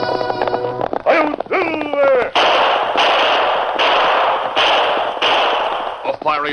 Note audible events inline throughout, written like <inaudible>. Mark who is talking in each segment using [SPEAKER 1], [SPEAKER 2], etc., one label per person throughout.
[SPEAKER 1] I'm Silver!
[SPEAKER 2] A fiery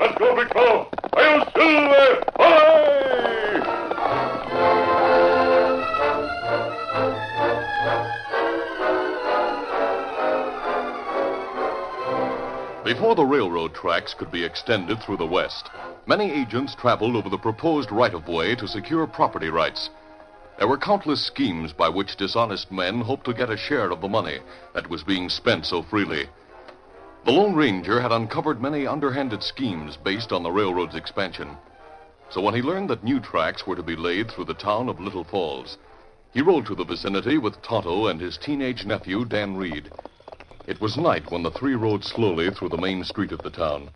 [SPEAKER 1] Let's go, Big Fellow! I'm Silver! Away!
[SPEAKER 2] Before the railroad tracks could be extended through the West, many agents traveled over the proposed right of way to secure property rights. There were countless schemes by which dishonest men hoped to get a share of the money that was being spent so freely. The Lone Ranger had uncovered many underhanded schemes based on the railroad's expansion. So when he learned that new tracks were to be laid through the town of Little Falls, he rode to the vicinity with Tonto and his teenage nephew, Dan Reed. It was night when the three rode slowly through the main street of the town.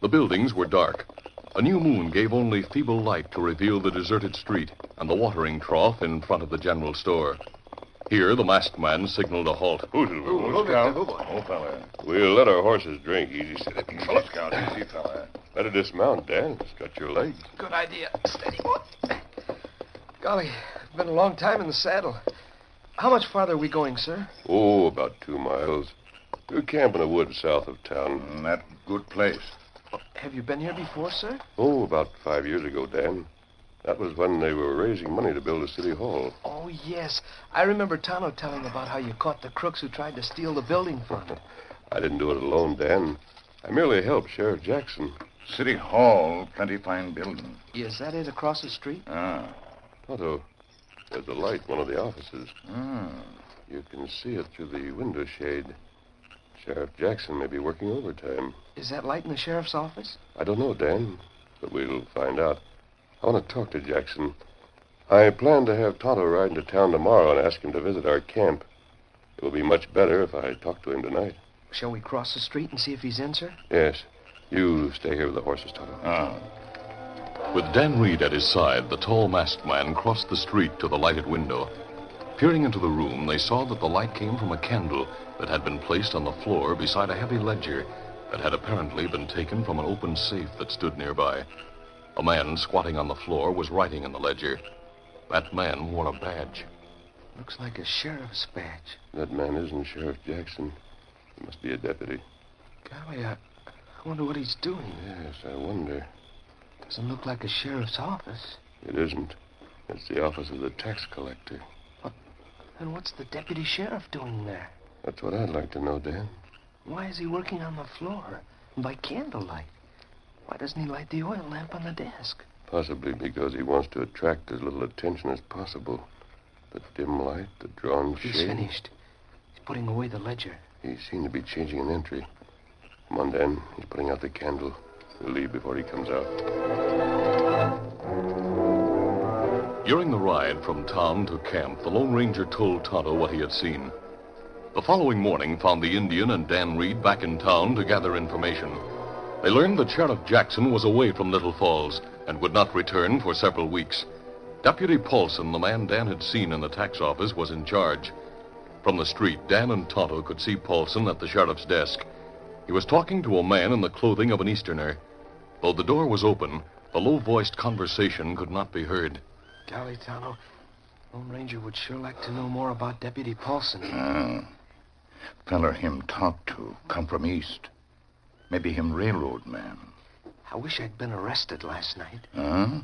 [SPEAKER 2] The buildings were dark. A new moon gave only feeble light to reveal the deserted street and the watering trough in front of the general store. Here, the masked man signaled a halt.
[SPEAKER 1] Who's Silver? Who's down? Old fella. We'll let our horses drink. Easy, steady. Fellow scout, easy, fella. Better dismount, Dan. Stretch your legs.
[SPEAKER 3] Good idea. Steady, boy. Golly, it's been a long time in the saddle. How much farther are we going, sir?
[SPEAKER 1] Oh, about two miles. We'll camp in a wood south of town. Mm, that good place.
[SPEAKER 3] Have you been here before, sir?
[SPEAKER 1] Oh, about five years ago, Dan. That was when they were raising money to build a city hall.
[SPEAKER 3] Oh, yes. I remember Tano telling about how you caught the crooks who tried to steal the building from him.
[SPEAKER 1] I didn't do it alone, Dan. I merely helped Sheriff Jackson.
[SPEAKER 4] City Hall, plenty fine building.
[SPEAKER 3] Is that it across the street?
[SPEAKER 4] Ah,
[SPEAKER 1] Tonto, there's a light in one of the offices.
[SPEAKER 4] mm.
[SPEAKER 1] You can see it through the window shade. Sheriff Jackson may be working overtime.
[SPEAKER 3] Is that light in the sheriff's office?
[SPEAKER 1] I don't know, Dan, but we'll find out. I want to talk to Jackson. I plan to have Tonto ride into town tomorrow and ask him to visit our camp. It will be much better if I talk to him tonight.
[SPEAKER 3] Shall we cross the street and see if he's in, sir?
[SPEAKER 1] Yes. You stay here with the horses, Tonto.
[SPEAKER 4] ah.
[SPEAKER 2] With Dan Reed at his side, the tall masked man crossed the street to the lighted window. Peering into the room, they saw that the light came from a candle that had been placed on the floor beside a heavy ledger that had apparently been taken from an open safe that stood nearby. A man squatting on the floor was writing in the ledger. That man wore a badge.
[SPEAKER 5] Looks like a sheriff's badge.
[SPEAKER 6] That man isn't Sheriff Jackson. He must be a deputy.
[SPEAKER 5] Golly, I, I wonder what he's doing.
[SPEAKER 6] Yes, I wonder.
[SPEAKER 5] Doesn't look like a sheriff's office.
[SPEAKER 6] It isn't. It's the office of the tax collector.
[SPEAKER 5] Then what's the deputy sheriff doing there?
[SPEAKER 6] That's what I'd like to know, Dan.
[SPEAKER 5] Why is he working on the floor by candlelight? Why doesn't he light the oil lamp on the desk?
[SPEAKER 6] Possibly because he wants to attract as little attention as possible. The dim light, the drawn
[SPEAKER 5] He's
[SPEAKER 6] shade.
[SPEAKER 5] finished. He's putting away the ledger.
[SPEAKER 6] He seemed to be changing an entry. Come on, Dan. He's putting out the candle. We'll leave before he comes out.
[SPEAKER 2] During the ride from town to camp, the Lone Ranger told Tonto what he had seen. The following morning found the Indian and Dan Reed back in town to gather information. They learned that Sheriff Jackson was away from Little Falls and would not return for several weeks. Deputy Paulson, the man Dan had seen in the tax office, was in charge. From the street, Dan and Tonto could see Paulson at the sheriff's desk. He was talking to a man in the clothing of an Easterner. Though the door was open, the low voiced conversation could not be heard.
[SPEAKER 5] Golly, Tonto. Lone Ranger would sure like to know more about Deputy Paulson.
[SPEAKER 4] Ah. Feller him talk to, come from east. Maybe him railroad man.
[SPEAKER 5] I wish I'd been arrested last night.
[SPEAKER 4] Huh?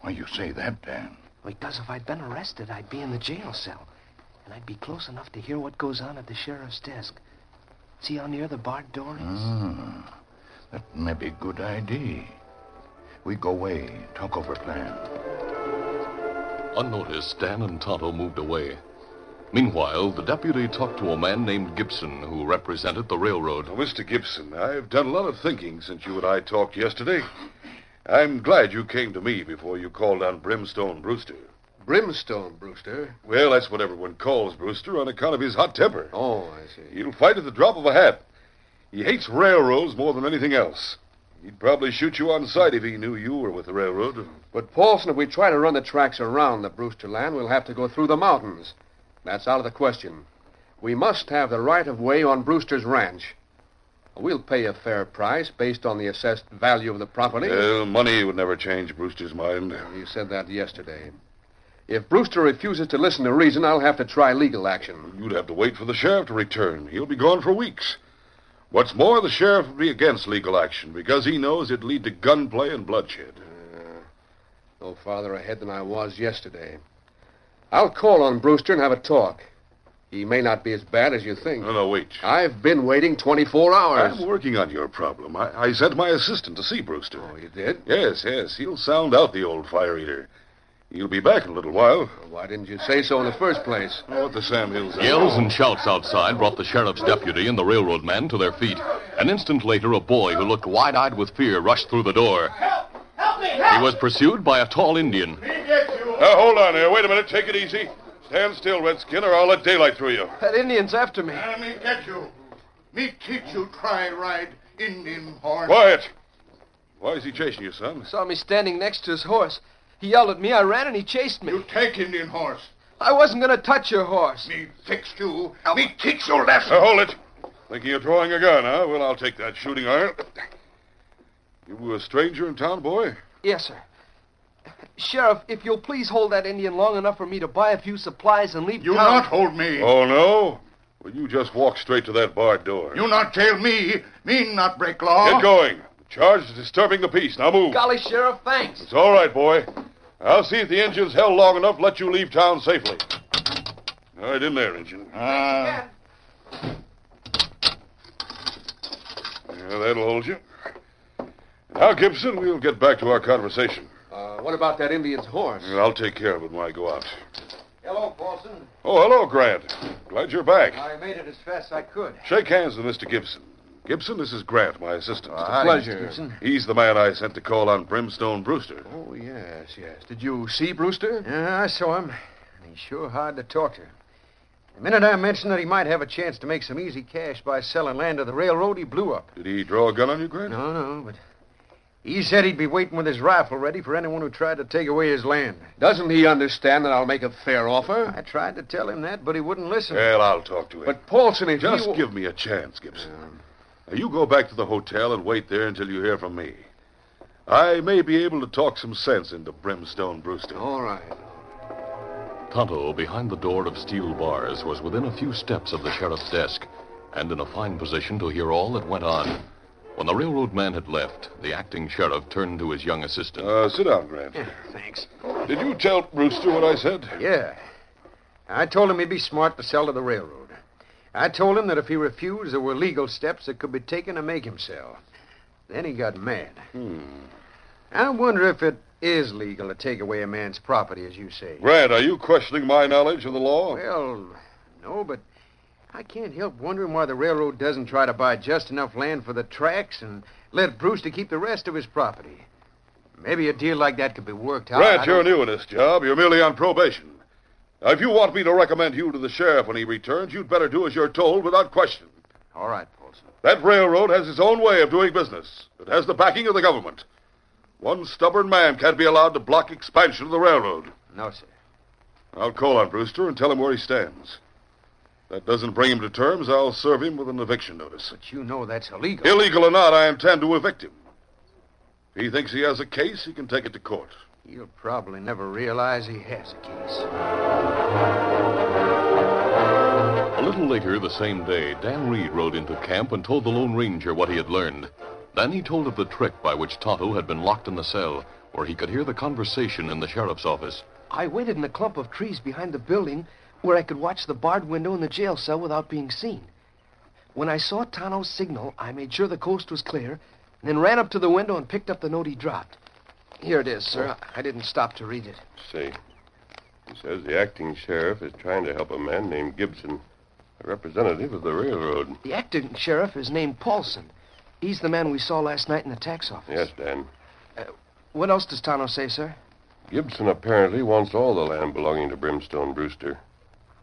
[SPEAKER 4] Why you say that, Dan?
[SPEAKER 5] Because if I'd been arrested, I'd be in the jail cell. And I'd be close enough to hear what goes on at the sheriff's desk. See how near the barred door is?
[SPEAKER 4] Ah, that may be good idea. We go away, talk over plan.
[SPEAKER 2] Unnoticed, Dan and Tonto moved away. Meanwhile, the deputy talked to a man named Gibson who represented the railroad.
[SPEAKER 1] Now, Mr. Gibson, I've done a lot of thinking since you and I talked yesterday. I'm glad you came to me before you called on Brimstone Brewster.
[SPEAKER 3] Brimstone, Brewster.
[SPEAKER 1] Well, that's what everyone calls Brewster on account of his hot temper.
[SPEAKER 3] Oh, I see.
[SPEAKER 1] He'll fight at the drop of a hat. He hates railroads more than anything else. He'd probably shoot you on sight if he knew you were with the railroad.
[SPEAKER 3] But, Paulson, if we try to run the tracks around the Brewster land, we'll have to go through the mountains. That's out of the question. We must have the right of way on Brewster's ranch. We'll pay a fair price based on the assessed value of the property.
[SPEAKER 1] Well, money would never change Brewster's mind.
[SPEAKER 3] You said that yesterday. If Brewster refuses to listen to reason, I'll have to try legal action.
[SPEAKER 1] You'd have to wait for the sheriff to return. He'll be gone for weeks. What's more, the sheriff will be against legal action because he knows it'd lead to gunplay and bloodshed.
[SPEAKER 3] No farther ahead than I was yesterday. I'll call on Brewster and have a talk. He may not be as bad as you think.
[SPEAKER 1] No, no, wait.
[SPEAKER 3] I've been waiting 24 hours.
[SPEAKER 1] I'm working on your problem. I, I sent my assistant to see Brewster.
[SPEAKER 3] Oh, you did?
[SPEAKER 1] Yes, yes. He'll sound out the old fire eater. He'll be back in a little while.
[SPEAKER 3] Why didn't you say so in the first place?
[SPEAKER 1] Oh, at the Sam Hills.
[SPEAKER 2] Yells and shouts outside brought the sheriff's deputy and the railroad man to their feet. An instant later, a boy who looked wide eyed with fear rushed through the door. He was pursued by a tall Indian.
[SPEAKER 1] Now, <laughs> hold on here. Wait a minute. Take it easy. Stand still, Redskin, or I'll let daylight through you.
[SPEAKER 5] That Indian's after me.
[SPEAKER 7] Let me get you. Me teach you try ride Indian horse.
[SPEAKER 1] Quiet. Why is he chasing you, son?
[SPEAKER 5] Saw me standing next to his horse. He yelled at me, I ran, and he chased me.
[SPEAKER 7] You take Indian horse.
[SPEAKER 5] I wasn't going to touch your horse.
[SPEAKER 7] Me fix you. Me teach you lesson.
[SPEAKER 1] Now, Uh, hold it. Think you're drawing a gun, huh? Well, I'll take that shooting iron. You a stranger in town, boy?
[SPEAKER 5] Yes, sir. Sheriff, if you'll please hold that Indian long enough for me to buy a few supplies and leave
[SPEAKER 7] You
[SPEAKER 5] town.
[SPEAKER 7] not hold me.
[SPEAKER 1] Oh, no? Well, you just walk straight to that barred door.
[SPEAKER 7] You not jail me. Me not break law.
[SPEAKER 1] Get going. The charge is disturbing the peace. Now move.
[SPEAKER 5] Golly, Sheriff, thanks.
[SPEAKER 3] Uh,
[SPEAKER 1] It's all right, boy. I'll see if the engine's held long enough to let you leave town safely. All right, in there, engine.
[SPEAKER 4] Ah,
[SPEAKER 1] Yeah, that'll hold you. Now, Gibson, we'll get back to our conversation.
[SPEAKER 3] Uh, what about that Indian's horse?
[SPEAKER 1] And I'll take care of it when I go out.
[SPEAKER 3] Hello, Paulson.
[SPEAKER 1] Oh, hello, Grant. Glad you're back.
[SPEAKER 3] I made it as fast as I could.
[SPEAKER 1] Shake hands with Mr. Gibson. Gibson, this is Grant, my assistant.
[SPEAKER 3] Ah, Pleasure.
[SPEAKER 1] He's the man I sent to call on Brimstone Brewster.
[SPEAKER 3] Oh, yes, yes. Did you see Brewster?
[SPEAKER 5] Yeah, I saw him. And he's sure hard to talk to.
[SPEAKER 3] The minute I mentioned that he might have a chance to make some easy cash by selling land to the railroad, he blew up.
[SPEAKER 1] Did he draw a gun on you, Grant?
[SPEAKER 3] No, no, but he said he'd be waiting with his rifle ready for anyone who tried to take away his land.
[SPEAKER 7] Doesn't he understand that I'll make a fair offer? Uh,
[SPEAKER 3] I tried to tell him that, but he wouldn't listen.
[SPEAKER 1] Well, I'll talk to him.
[SPEAKER 3] but Paulson, if
[SPEAKER 1] just
[SPEAKER 3] he... wa-
[SPEAKER 1] give me a chance, Gibson. Now, you go back to the hotel and wait there until you hear from me. I may be able to talk some sense into Brimstone Brewster.
[SPEAKER 3] All right.
[SPEAKER 2] Tonto, behind the door of steel bars, was within a few steps of the sheriff's desk and in a fine position to hear all that went on. When the railroad man had left, the acting sheriff turned to his young assistant.
[SPEAKER 1] Uh, sit down, Grant.
[SPEAKER 3] Thanks.
[SPEAKER 1] Did you tell Brewster what I said?
[SPEAKER 3] Yeah. I told him he'd be smart to sell to the railroad. I told him that if he refused, there were legal steps that could be taken to make him sell. Then he got mad.
[SPEAKER 7] Hmm.
[SPEAKER 3] I wonder if it is legal to take away a man's property, as you say.
[SPEAKER 1] Grant, are you questioning my knowledge of the law?
[SPEAKER 3] Well, no, but I can't help wondering why the railroad doesn't try to buy just enough land for the tracks and let Brewster keep the rest of his property. Maybe a deal like that could be worked out. I
[SPEAKER 1] Grant, you're
[SPEAKER 3] don't-
[SPEAKER 1] new in this job. You're merely on probation. Now, if you want me to recommend you to the sheriff when he returns, you'd better do as you're told without question.
[SPEAKER 3] All right, Paulson.
[SPEAKER 1] That railroad has its own way of doing business. It has the backing of the government. One stubborn man can't be allowed to block expansion of the railroad.
[SPEAKER 3] No, sir.
[SPEAKER 1] I'll call on Brewster and tell him where he stands. If that doesn't bring him to terms, I'll serve him with an eviction notice.
[SPEAKER 3] But you know that's illegal.
[SPEAKER 1] Illegal or not, I intend to evict him. If he thinks he has a case, he can take it to court.
[SPEAKER 3] He'll probably never realize he has a case.
[SPEAKER 2] A little later the same day, Dan Reed rode into camp and told the Lone Ranger what he had learned. Then he told of the trick by which Tonto had been locked in the cell, where he could hear the conversation in the sheriff's office.
[SPEAKER 5] I waited in a clump of trees behind the building where I could watch the barred window in the jail cell without being seen. When I saw Tano's signal, I made sure the coast was clear, and then ran up to the window and picked up the note he dropped. Here it is, sir. I didn't stop to read it.
[SPEAKER 6] See. He says the acting sheriff is trying to help a man named Gibson, a representative of the railroad.
[SPEAKER 5] The acting sheriff is named Paulson. He's the man we saw last night in the tax office.
[SPEAKER 6] Yes, Dan.
[SPEAKER 5] What else does Tano say, sir?
[SPEAKER 6] Gibson apparently wants all the land belonging to Brimstone Brewster.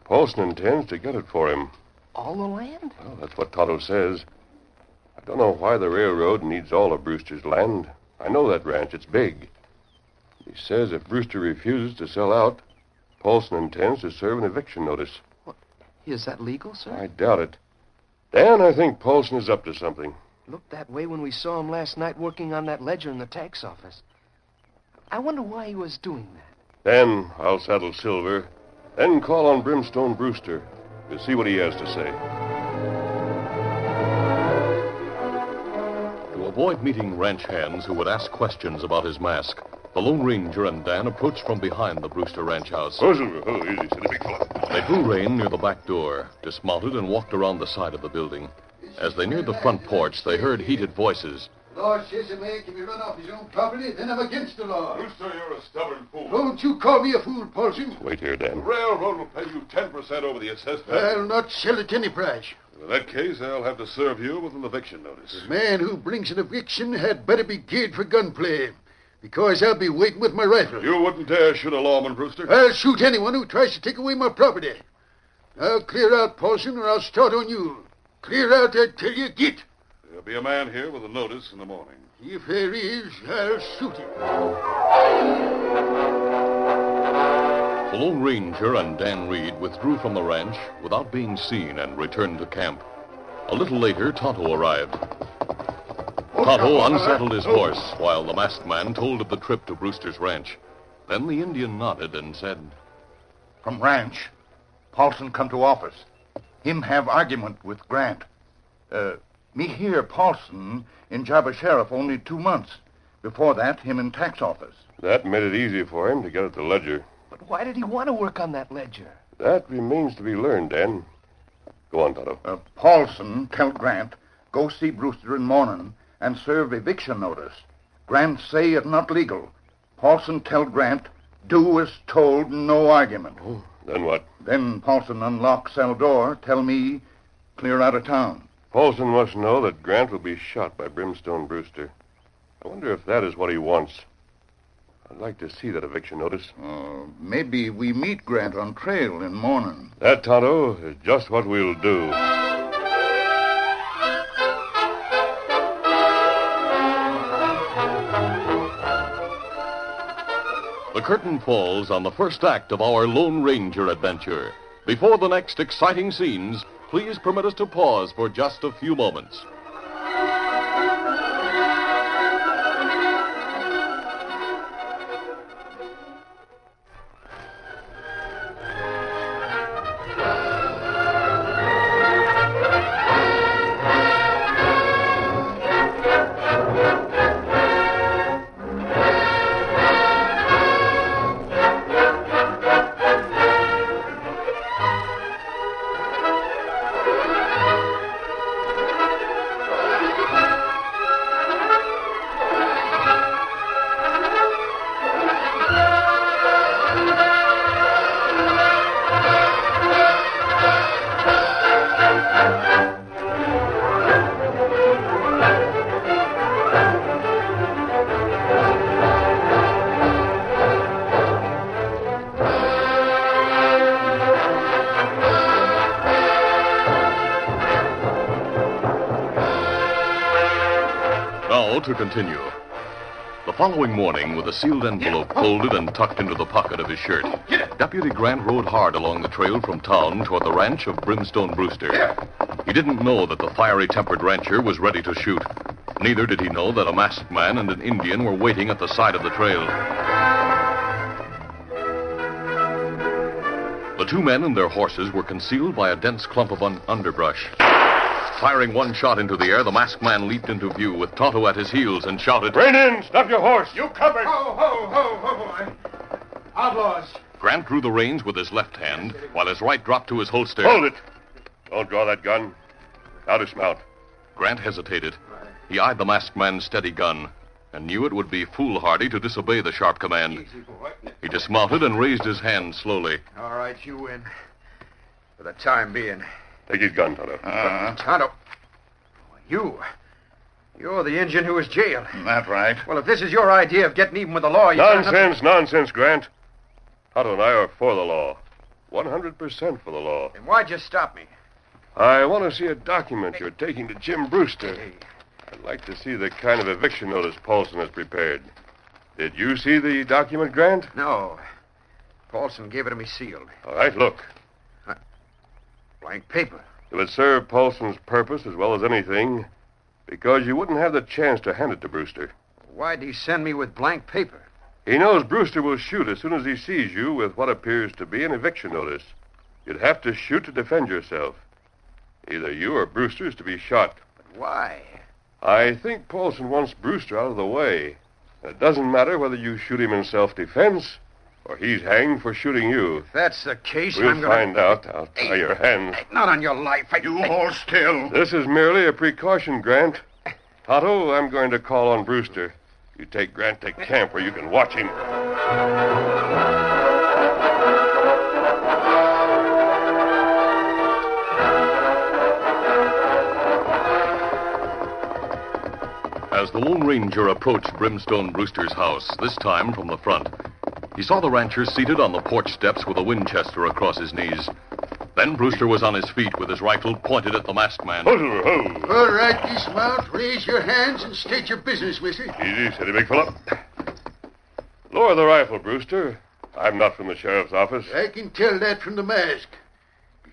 [SPEAKER 6] Paulson intends to get it for him.
[SPEAKER 5] All the land?
[SPEAKER 6] Well, that's what Toto says. I don't know why the railroad needs all of Brewster's land. I know that ranch. It's big. He says if Brewster refuses to sell out, Paulson intends to serve an eviction notice.
[SPEAKER 5] Is that legal, sir?
[SPEAKER 6] I doubt it. Dan, I think Paulson is up to something.
[SPEAKER 5] Looked that way when we saw him last night working on that ledger in the tax office. I wonder why he was doing that.
[SPEAKER 6] Dan, I'll saddle Silver, then call on Brimstone Brewster to see what he has to say.
[SPEAKER 2] To avoid meeting ranch hands who would ask questions about his mask, the Lone Ranger and Dan approached from behind the Brewster ranch house.
[SPEAKER 6] Oh, Silver, oh, easy, steady, big fella.
[SPEAKER 2] They drew rein near the back door, dismounted, and walked around the side of the building. As they neared the front porch, they heard heated voices.
[SPEAKER 7] Law says a man can be run off his own property, then I'm against the law.
[SPEAKER 1] Brewster, you're a stubborn fool.
[SPEAKER 7] Don't you call me a fool, Paulson.
[SPEAKER 6] Wait here, Dan.
[SPEAKER 1] Railroad will pay you 10% over the assessment.
[SPEAKER 7] I'll not sell at any price.
[SPEAKER 1] In that case, I'll have to serve you with an eviction notice.
[SPEAKER 7] Man who brings an eviction had better be geared for gunplay, because I'll be waiting with my rifle.
[SPEAKER 1] You wouldn't dare shoot a lawman, Brewster.
[SPEAKER 7] I'll shoot anyone who tries to take away my property. Now clear out, Paulson, or I'll start on you. Clear out, I tell you, git.
[SPEAKER 1] There'll be a man here with a notice in the morning.
[SPEAKER 7] If there is, I'll shoot him.
[SPEAKER 2] The Lone Ranger and Dan Reed withdrew from the ranch without being seen and returned to camp. A little later, Tonto arrived. Tonto unsaddled his horse while the masked man told of the trip to Brewster's ranch. Then the Indian nodded and said,
[SPEAKER 4] From ranch. Paulson come to office. Him have argument with Grant. Uh, me hear Paulson in job of sheriff only two months. Before that, him in tax office.
[SPEAKER 6] That made it easy for him to get at the ledger.
[SPEAKER 5] But why did he want to work on that ledger?
[SPEAKER 6] That remains to be learned, Dan. Go on, Toto.
[SPEAKER 4] Uh, Paulson tell Grant go see Brewster in morning and serve eviction notice. Grant say it not legal. Paulson tell Grant do as told, no argument.
[SPEAKER 6] Then what?
[SPEAKER 4] Then Paulson unlock cell door, tell me clear out of town.
[SPEAKER 6] Paulson must know that Grant will be shot by Brimstone Brewster. I wonder if that is what he wants. I'd like to see that eviction notice.
[SPEAKER 4] Uh, maybe we meet Grant on trail in morning.
[SPEAKER 6] That, Tonto, is just what we'll do.
[SPEAKER 2] The curtain falls on the first act of our Lone Ranger adventure. Before the next exciting scenes, please permit us to pause for just a few moments. to continue. The following morning, with a sealed envelope folded and tucked into the pocket of his shirt, Deputy Grant rode hard along the trail from town toward the ranch of Brimstone Brewster. He didn't know that the fiery tempered rancher was ready to shoot. Neither did he know that a masked man and an Indian were waiting at the side of the trail. The two men and their horses were concealed by a dense clump of un- underbrush. Firing one shot into the air, the masked man leaped into view with Tonto at his heels and shouted,
[SPEAKER 8] Rein in! Stop your horse! You covered!
[SPEAKER 1] Oh.
[SPEAKER 7] Ho, ho, ho, ho. Outlaws.
[SPEAKER 2] Grant drew the reins with his left hand, while his right dropped to his holster.
[SPEAKER 1] Hold it! Don't draw that gun. Now dismount.
[SPEAKER 2] Grant hesitated. He eyed the masked man's steady gun and knew it would be foolhardy to disobey the sharp command.
[SPEAKER 7] boy.
[SPEAKER 2] He dismounted and raised his hand slowly.
[SPEAKER 7] All right, you win. For the time being.
[SPEAKER 1] Take his gun, Tonto.
[SPEAKER 4] Ah,
[SPEAKER 7] Tonto. You. You're the Indian who was jailed.
[SPEAKER 9] That right.
[SPEAKER 7] Well, if this is your idea of getting even with the law, you
[SPEAKER 1] nonsense, nonsense, Grant. Tonto and I are for the law. 100% for the law.
[SPEAKER 7] Then why'd you stop me?
[SPEAKER 1] I want to see a document you're taking to Jim Brewster. I'd like to see the kind of eviction notice Paulson has prepared. Did you see the document, Grant?
[SPEAKER 7] No. Paulson gave it to me sealed.
[SPEAKER 1] All right, look.
[SPEAKER 7] Blank paper.
[SPEAKER 1] It would serve Paulson's purpose as well as anything, because you wouldn't have the chance to hand it to Brewster.
[SPEAKER 7] Why'd he send me with blank paper?
[SPEAKER 1] He knows Brewster will shoot as soon as he sees you with what appears to be an eviction notice. You'd have to shoot to defend yourself. Either you or Brewster is to be shot.
[SPEAKER 7] Why?
[SPEAKER 1] I think Paulson wants Brewster out of the way. It doesn't matter whether you shoot him in self defense or he's hanged for shooting you.
[SPEAKER 7] If that's the case,
[SPEAKER 1] We'll
[SPEAKER 7] I'm going
[SPEAKER 1] find out. I'll tie your hands.
[SPEAKER 7] to. Not on your life. I...
[SPEAKER 9] You hold still.
[SPEAKER 1] This is merely a precaution, Grant. Otto, I'm going to call on Brewster. You take Grant to camp where you can watch him.
[SPEAKER 2] As the Lone Ranger approached Brimstone Brewster's house, this time from the front, he saw the rancher seated on the porch steps with a Winchester across his knees. Then Brewster was on his feet with his rifle pointed at the masked man.
[SPEAKER 1] Ho, ho.
[SPEAKER 7] All right, dismount. Raise your hands and state your business, mister.
[SPEAKER 1] Easy, steady, big fella. Lower the rifle, Brewster. I'm not from the sheriff's office.
[SPEAKER 7] I can tell that from the mask.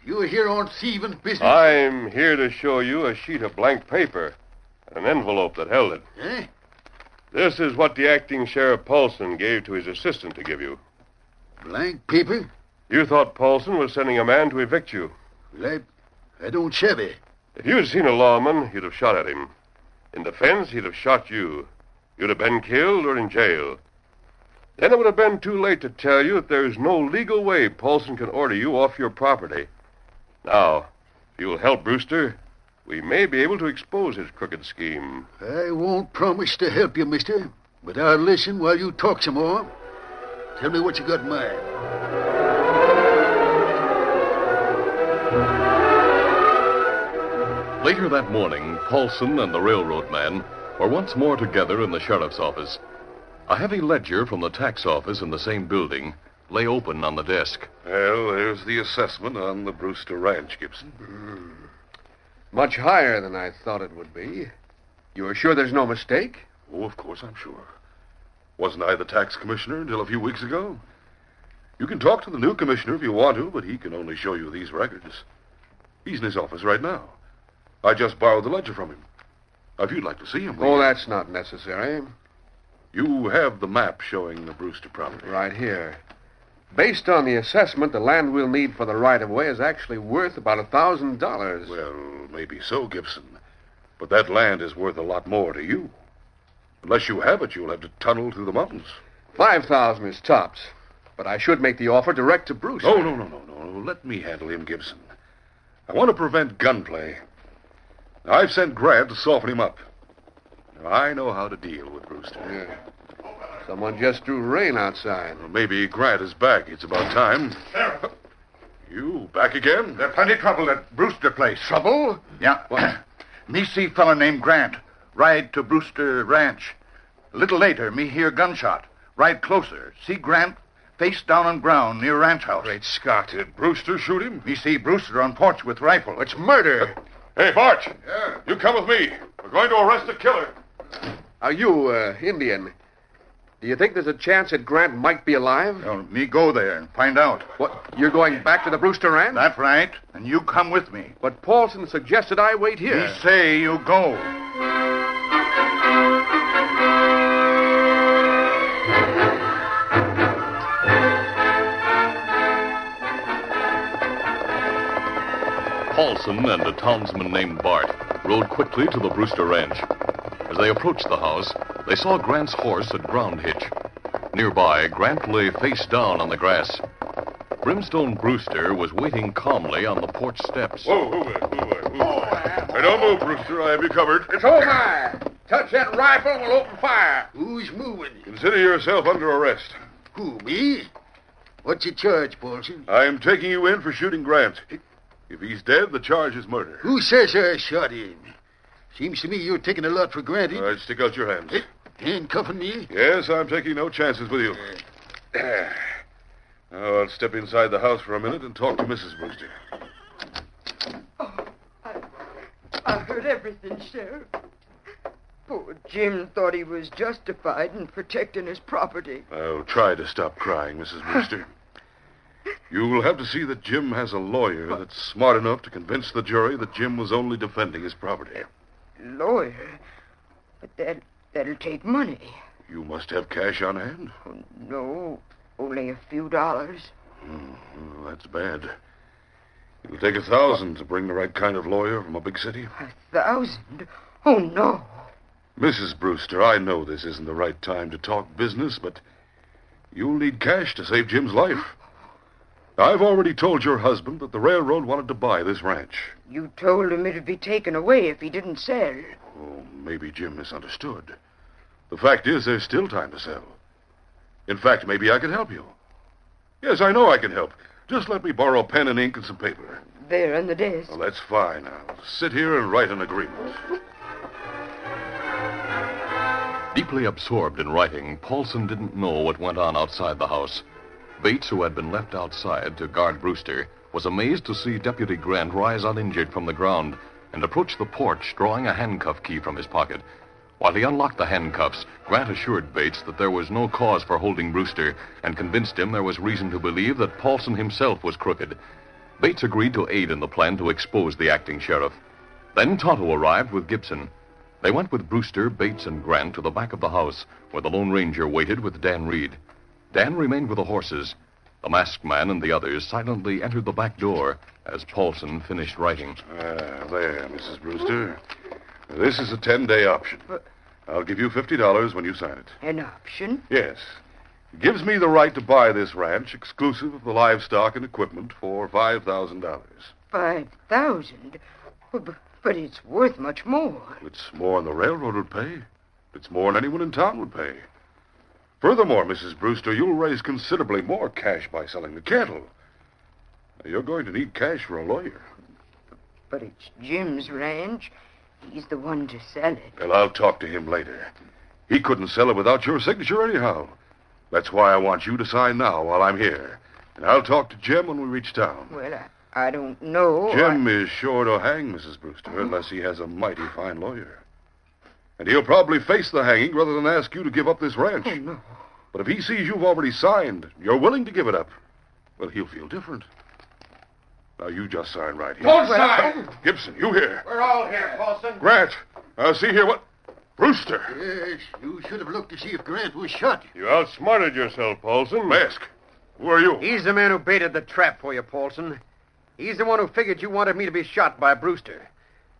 [SPEAKER 7] You're here on thieving business.
[SPEAKER 1] I'm here to show you a sheet of blank paper and an envelope that held it.
[SPEAKER 7] Eh?
[SPEAKER 1] This is what the acting sheriff Paulson gave to his assistant to give you.
[SPEAKER 7] Blank paper?
[SPEAKER 1] You thought Paulson was sending a man to evict you.
[SPEAKER 7] Well, I, I don't chevy.
[SPEAKER 1] If you'd seen a lawman, you'd have shot at him. In defense, he'd have shot you. You'd have been killed or in jail. Then it would have been too late to tell you that there's no legal way Paulson can order you off your property. Now, if you'll help Brewster, we may be able to expose his crooked scheme.
[SPEAKER 7] I won't promise to help you, mister, but I'll listen while you talk some more. Tell me what you got in mind.
[SPEAKER 2] Later that morning, Paulson and the railroad man were once more together in the sheriff's office. A heavy ledger from the tax office in the same building lay open on the desk.
[SPEAKER 8] Well, there's the assessment on the Brewster Ranch, Gibson.
[SPEAKER 3] Much higher than I thought it would be. You are sure there's no mistake?
[SPEAKER 8] Oh, of course, I'm sure. Wasn't I the tax commissioner until a few weeks ago? You can talk to the new commissioner if you want to, but he can only show you these records. He's in his office right now. I just borrowed the ledger from him. If you'd like to see him, we-
[SPEAKER 3] Oh, that's not necessary.
[SPEAKER 8] you have the map showing the Brewster property.
[SPEAKER 3] Right here. Based on the assessment, the land we'll need for the right of way is actually worth about a thousand dollars.
[SPEAKER 8] Well, maybe so, Gibson. But that land is worth a lot more to you. Unless you have it, you'll have to tunnel through the mountains.
[SPEAKER 3] Five thousand is tops. But I should make the offer direct to Bruce.
[SPEAKER 8] No,
[SPEAKER 7] Oh.
[SPEAKER 8] no, no, no, no. Let me handle him, Gibson. I want to prevent gunplay. Now, I've sent Grant to soften him up. Now, I know how to deal with Brewster.
[SPEAKER 3] Yeah. Someone just drew rain outside.
[SPEAKER 8] Well, maybe Grant is back. It's about time.
[SPEAKER 9] Sheriff,
[SPEAKER 8] You back again?
[SPEAKER 9] there's plenty trouble at Brewster Place. Trouble? Yeah. <clears throat> me see fella named Grant. Ride to Brewster Ranch. A little later, me hear gunshot. Ride closer. See Grant face down on ground near ranch house. Great Scott.
[SPEAKER 8] Did Brewster shoot him?
[SPEAKER 9] Me see Brewster on porch with rifle. It's murder.
[SPEAKER 8] Hey, Bart. You come with me. We're going to arrest the killer.
[SPEAKER 3] Now, you, uh, Indian, do you think there's a chance that Grant might be alive?
[SPEAKER 4] Well, me go there and find out.
[SPEAKER 3] What? You're going back to the Brewster Ranch?
[SPEAKER 4] That's right. And you come with me.
[SPEAKER 3] But Paulson suggested I wait here.
[SPEAKER 4] He say you go.
[SPEAKER 2] Paulson and a townsman named Bart rode quickly to the Brewster Ranch. As they approached the house, they saw Grant's horse at ground hitch. Nearby, Grant lay face down on the grass. Brimstone Brewster was waiting calmly on the porch steps.
[SPEAKER 1] Whoa, whoa, whoa, whoa, whoa. Hey, don't move, Brewster. I have you covered.
[SPEAKER 4] It's over. Touch that rifle and we'll open fire.
[SPEAKER 7] Who's moving?
[SPEAKER 1] Consider yourself under arrest.
[SPEAKER 7] Who, me? What's your charge, Paulson?
[SPEAKER 1] I am taking you in for shooting Grant. If he's dead, the charge is murder.
[SPEAKER 7] Who says I shot him? Seems to me you're taking a lot for granted.
[SPEAKER 1] All right, stick out your hands.
[SPEAKER 7] Handcuffing me?
[SPEAKER 1] Yes, I'm taking no chances with you. Now, I'll step inside the house for a minute and talk to Mrs. Brewster.
[SPEAKER 10] I heard everything, Sheriff. Poor Jim thought he was justified in protecting his property.
[SPEAKER 1] I'll try to stop crying, Mrs. Brewster. You'll have to see that Jim has a lawyer that's smart enough to convince the jury that Jim was only defending his property.
[SPEAKER 10] Lawyer? But that, that'll take money. Oh,
[SPEAKER 1] You must have cash on hand.
[SPEAKER 10] No, only a few dollars.
[SPEAKER 1] Well, Hmm, that's bad. It'll take a thousand to bring the right kind of lawyer from a big city.
[SPEAKER 10] A thousand? Oh, no.
[SPEAKER 1] Mrs. Brewster, I know this isn't the right time to talk business, but you'll need cash to save Jim's life. I've already told your husband that the railroad wanted to buy this ranch.
[SPEAKER 10] You told him it'd be taken away if he didn't sell.
[SPEAKER 1] Oh, maybe Jim misunderstood. The fact is, there's still time to sell. In fact, maybe I can help you. Yes, I know I can help. Just let me borrow pen and ink and some paper.
[SPEAKER 10] There on the desk.
[SPEAKER 1] Well, that's fine. I'll sit here and write an agreement.
[SPEAKER 2] Deeply absorbed in writing, Paulson didn't know what went on outside the house. Bates, who had been left outside to guard Brewster, was amazed to see Deputy Grant rise uninjured from the ground and approach the porch, drawing a handcuff key from his pocket. While he unlocked the handcuffs, Grant assured Bates that there was no cause for holding Brewster and convinced him there was reason to believe that Paulson himself was crooked. Bates agreed to aid in the plan to expose the acting sheriff. Then Tonto arrived with Gibson. They went with Brewster, Bates, and Grant to the back of the house, where the Lone Ranger waited with Dan Reed. Dan remained with the horses. The masked man and the others silently entered the back door as Paulson finished writing.
[SPEAKER 1] Ah, there, Mrs. Brewster. This is a ten day option. I'll give you $50 when you sign it.
[SPEAKER 10] An option?
[SPEAKER 1] Yes. It gives me the right to buy this ranch exclusive of the livestock and equipment for $5,000.
[SPEAKER 10] Five thousand. Oh, But, but it's worth much more.
[SPEAKER 1] It's more than the railroad would pay. It's more than anyone in town would pay. Furthermore, Mrs. Brewster, you'll raise considerably more cash by selling the cattle. Now, You're going to need cash for a lawyer.
[SPEAKER 10] But it's Jim's ranch. He's the one to sell it.
[SPEAKER 1] Well, I'll talk to him later. He couldn't sell it without your signature, anyhow. That's why I want you to sign now while I'm here. And I'll talk to Jim when we reach town.
[SPEAKER 10] Well, I, I don't know.
[SPEAKER 1] Jim is sure to hang Mrs. Brewster unless he has a mighty fine lawyer. And he'll probably face the hanging rather than ask you to give up this ranch. But if he sees you've already signed, you're willing to give it up, well, he'll feel different. Now, you just sign right here.
[SPEAKER 4] Both sides.
[SPEAKER 1] Gibson, you here.
[SPEAKER 4] We're all here, Paulson.
[SPEAKER 1] Grant, I'll see here what. Brewster!
[SPEAKER 7] Yes, you should have looked to see if Grant was shot.
[SPEAKER 6] You outsmarted yourself, Paulson.
[SPEAKER 1] Mask, who are you?
[SPEAKER 3] He's the man who baited the trap for you, Paulson. He's the one who figured you wanted me to be shot by Brewster.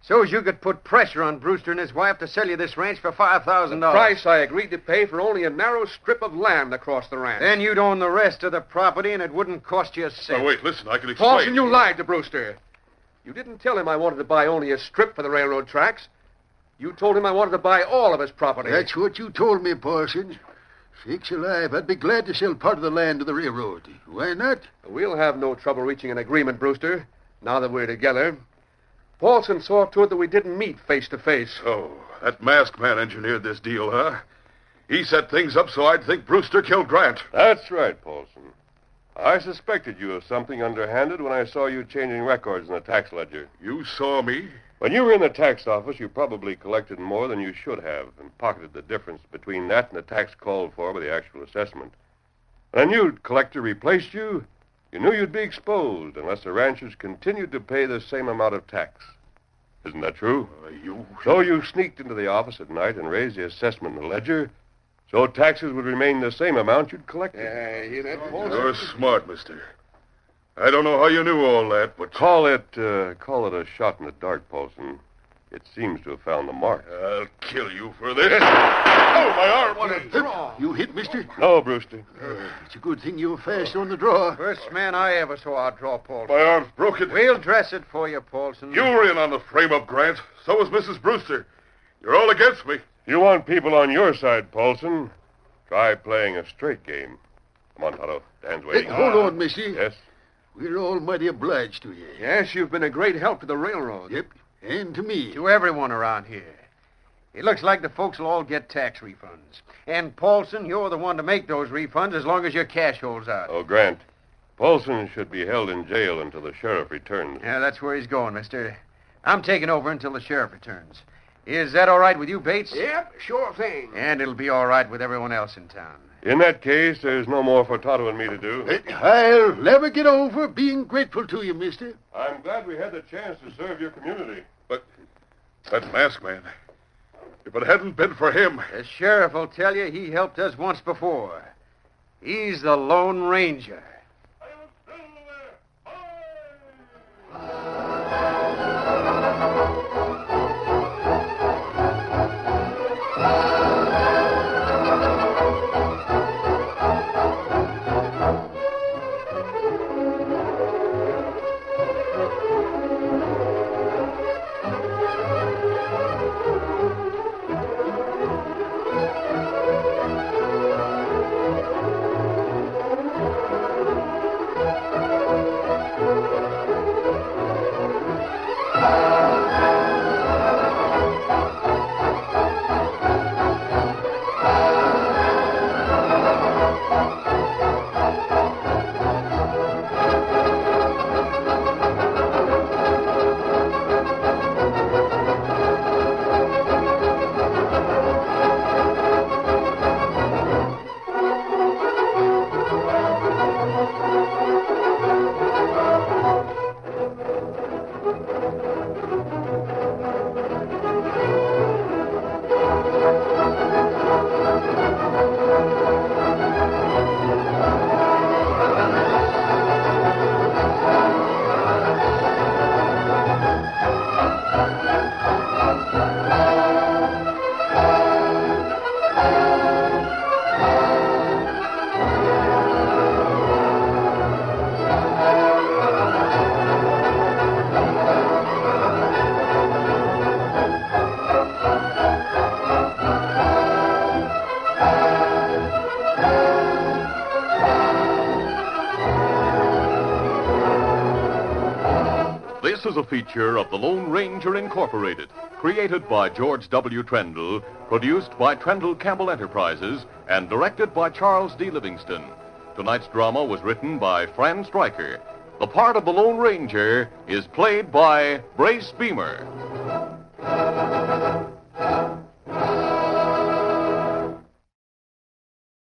[SPEAKER 3] So's you could put pressure on Brewster and his wife to sell you this ranch for $5,000. Price I agreed to pay for only a narrow strip of land across the ranch. Then you'd own the rest of the property and it wouldn't cost you a cent.
[SPEAKER 1] Now, Oh, wait, listen, I can explain.
[SPEAKER 3] Paulson, you lied to Brewster. You didn't tell him I wanted to buy only a strip for the railroad tracks. You told him I wanted to buy all of his property.
[SPEAKER 7] That's what you told me, Parsons. Sakes alive, I'd be glad to sell part of the land to the railroad. Why not?
[SPEAKER 3] We'll have no trouble reaching an agreement, Brewster, now that we're together. Paulson saw to it that we didn't meet face to face.
[SPEAKER 1] Oh, that masked man engineered this deal, huh? He set things up so I'd think Brewster killed Grant.
[SPEAKER 6] That's right, Paulson.
[SPEAKER 1] I suspected you of something underhanded when I saw you changing records in the tax ledger.
[SPEAKER 11] You saw me?
[SPEAKER 1] When you were in the tax office, you probably collected more than you should have and pocketed the difference between that and the tax called for by the actual assessment. When a new collector replaced you, you knew you'd be exposed unless the ranchers continued to pay the same amount of tax. Isn't that true?
[SPEAKER 11] Uh, you.
[SPEAKER 1] So you sneaked into the office at night and raised the assessment in the ledger, so taxes would remain the same amount you'd collected.
[SPEAKER 7] hear that,
[SPEAKER 11] Oh, You're smart, mister. I don't know how you knew all that, but.
[SPEAKER 1] Call it uh, call it a shot in the dark, Paulson. It seems to have found the mark.
[SPEAKER 11] I'll kill you for this. <laughs> Oh, my arm! What a
[SPEAKER 7] You hit, mister?
[SPEAKER 1] No, Brewster.
[SPEAKER 7] It's a good thing you were fast on the draw.
[SPEAKER 3] First man I ever saw outdraw Paulson.
[SPEAKER 11] My arm's broken.
[SPEAKER 3] We'll dress it for you, Paulson.
[SPEAKER 11] You were in on the frame up, Grant. So was Mrs. Brewster. You're all against me.
[SPEAKER 1] You want people on your side, Paulson. Try playing a straight game. Come on, Toto. Dan's
[SPEAKER 7] Hey,
[SPEAKER 1] waiting.
[SPEAKER 7] hold on, missy.
[SPEAKER 1] Yes.
[SPEAKER 7] We're almighty obliged to you.
[SPEAKER 3] Yes, you've been a great help to the railroad.
[SPEAKER 7] Yep. And to me.
[SPEAKER 3] To everyone around here. It looks like the folks will all get tax refunds. And, Paulson, you're the one to make those refunds as long as your cash holds out.
[SPEAKER 1] Oh, Grant. Paulson should be held in jail until the sheriff returns.
[SPEAKER 3] Yeah, that's where he's going, mister. I'm taking over until the sheriff returns. Is that all right with you, Bates?
[SPEAKER 12] Yep, sure thing.
[SPEAKER 3] And it'll be all right with everyone else in town.
[SPEAKER 1] In that case, there's no more for Toto and me to do.
[SPEAKER 7] Hey, I'll never get over being grateful to you, mister.
[SPEAKER 1] I'm glad we had the chance to serve your community.
[SPEAKER 11] That masked man. If it hadn't been for him,
[SPEAKER 3] The sheriff will tell you he helped us once before. He's the Lone Ranger.
[SPEAKER 2] This is a feature of the Lone Ranger Incorporated, created by George W. Trendle, produced by Trendle Campbell Enterprises, and directed by Charles D. Livingston. Tonight's drama was written by Fran Stryker. The part of the Lone Ranger is played by Brace Beamer.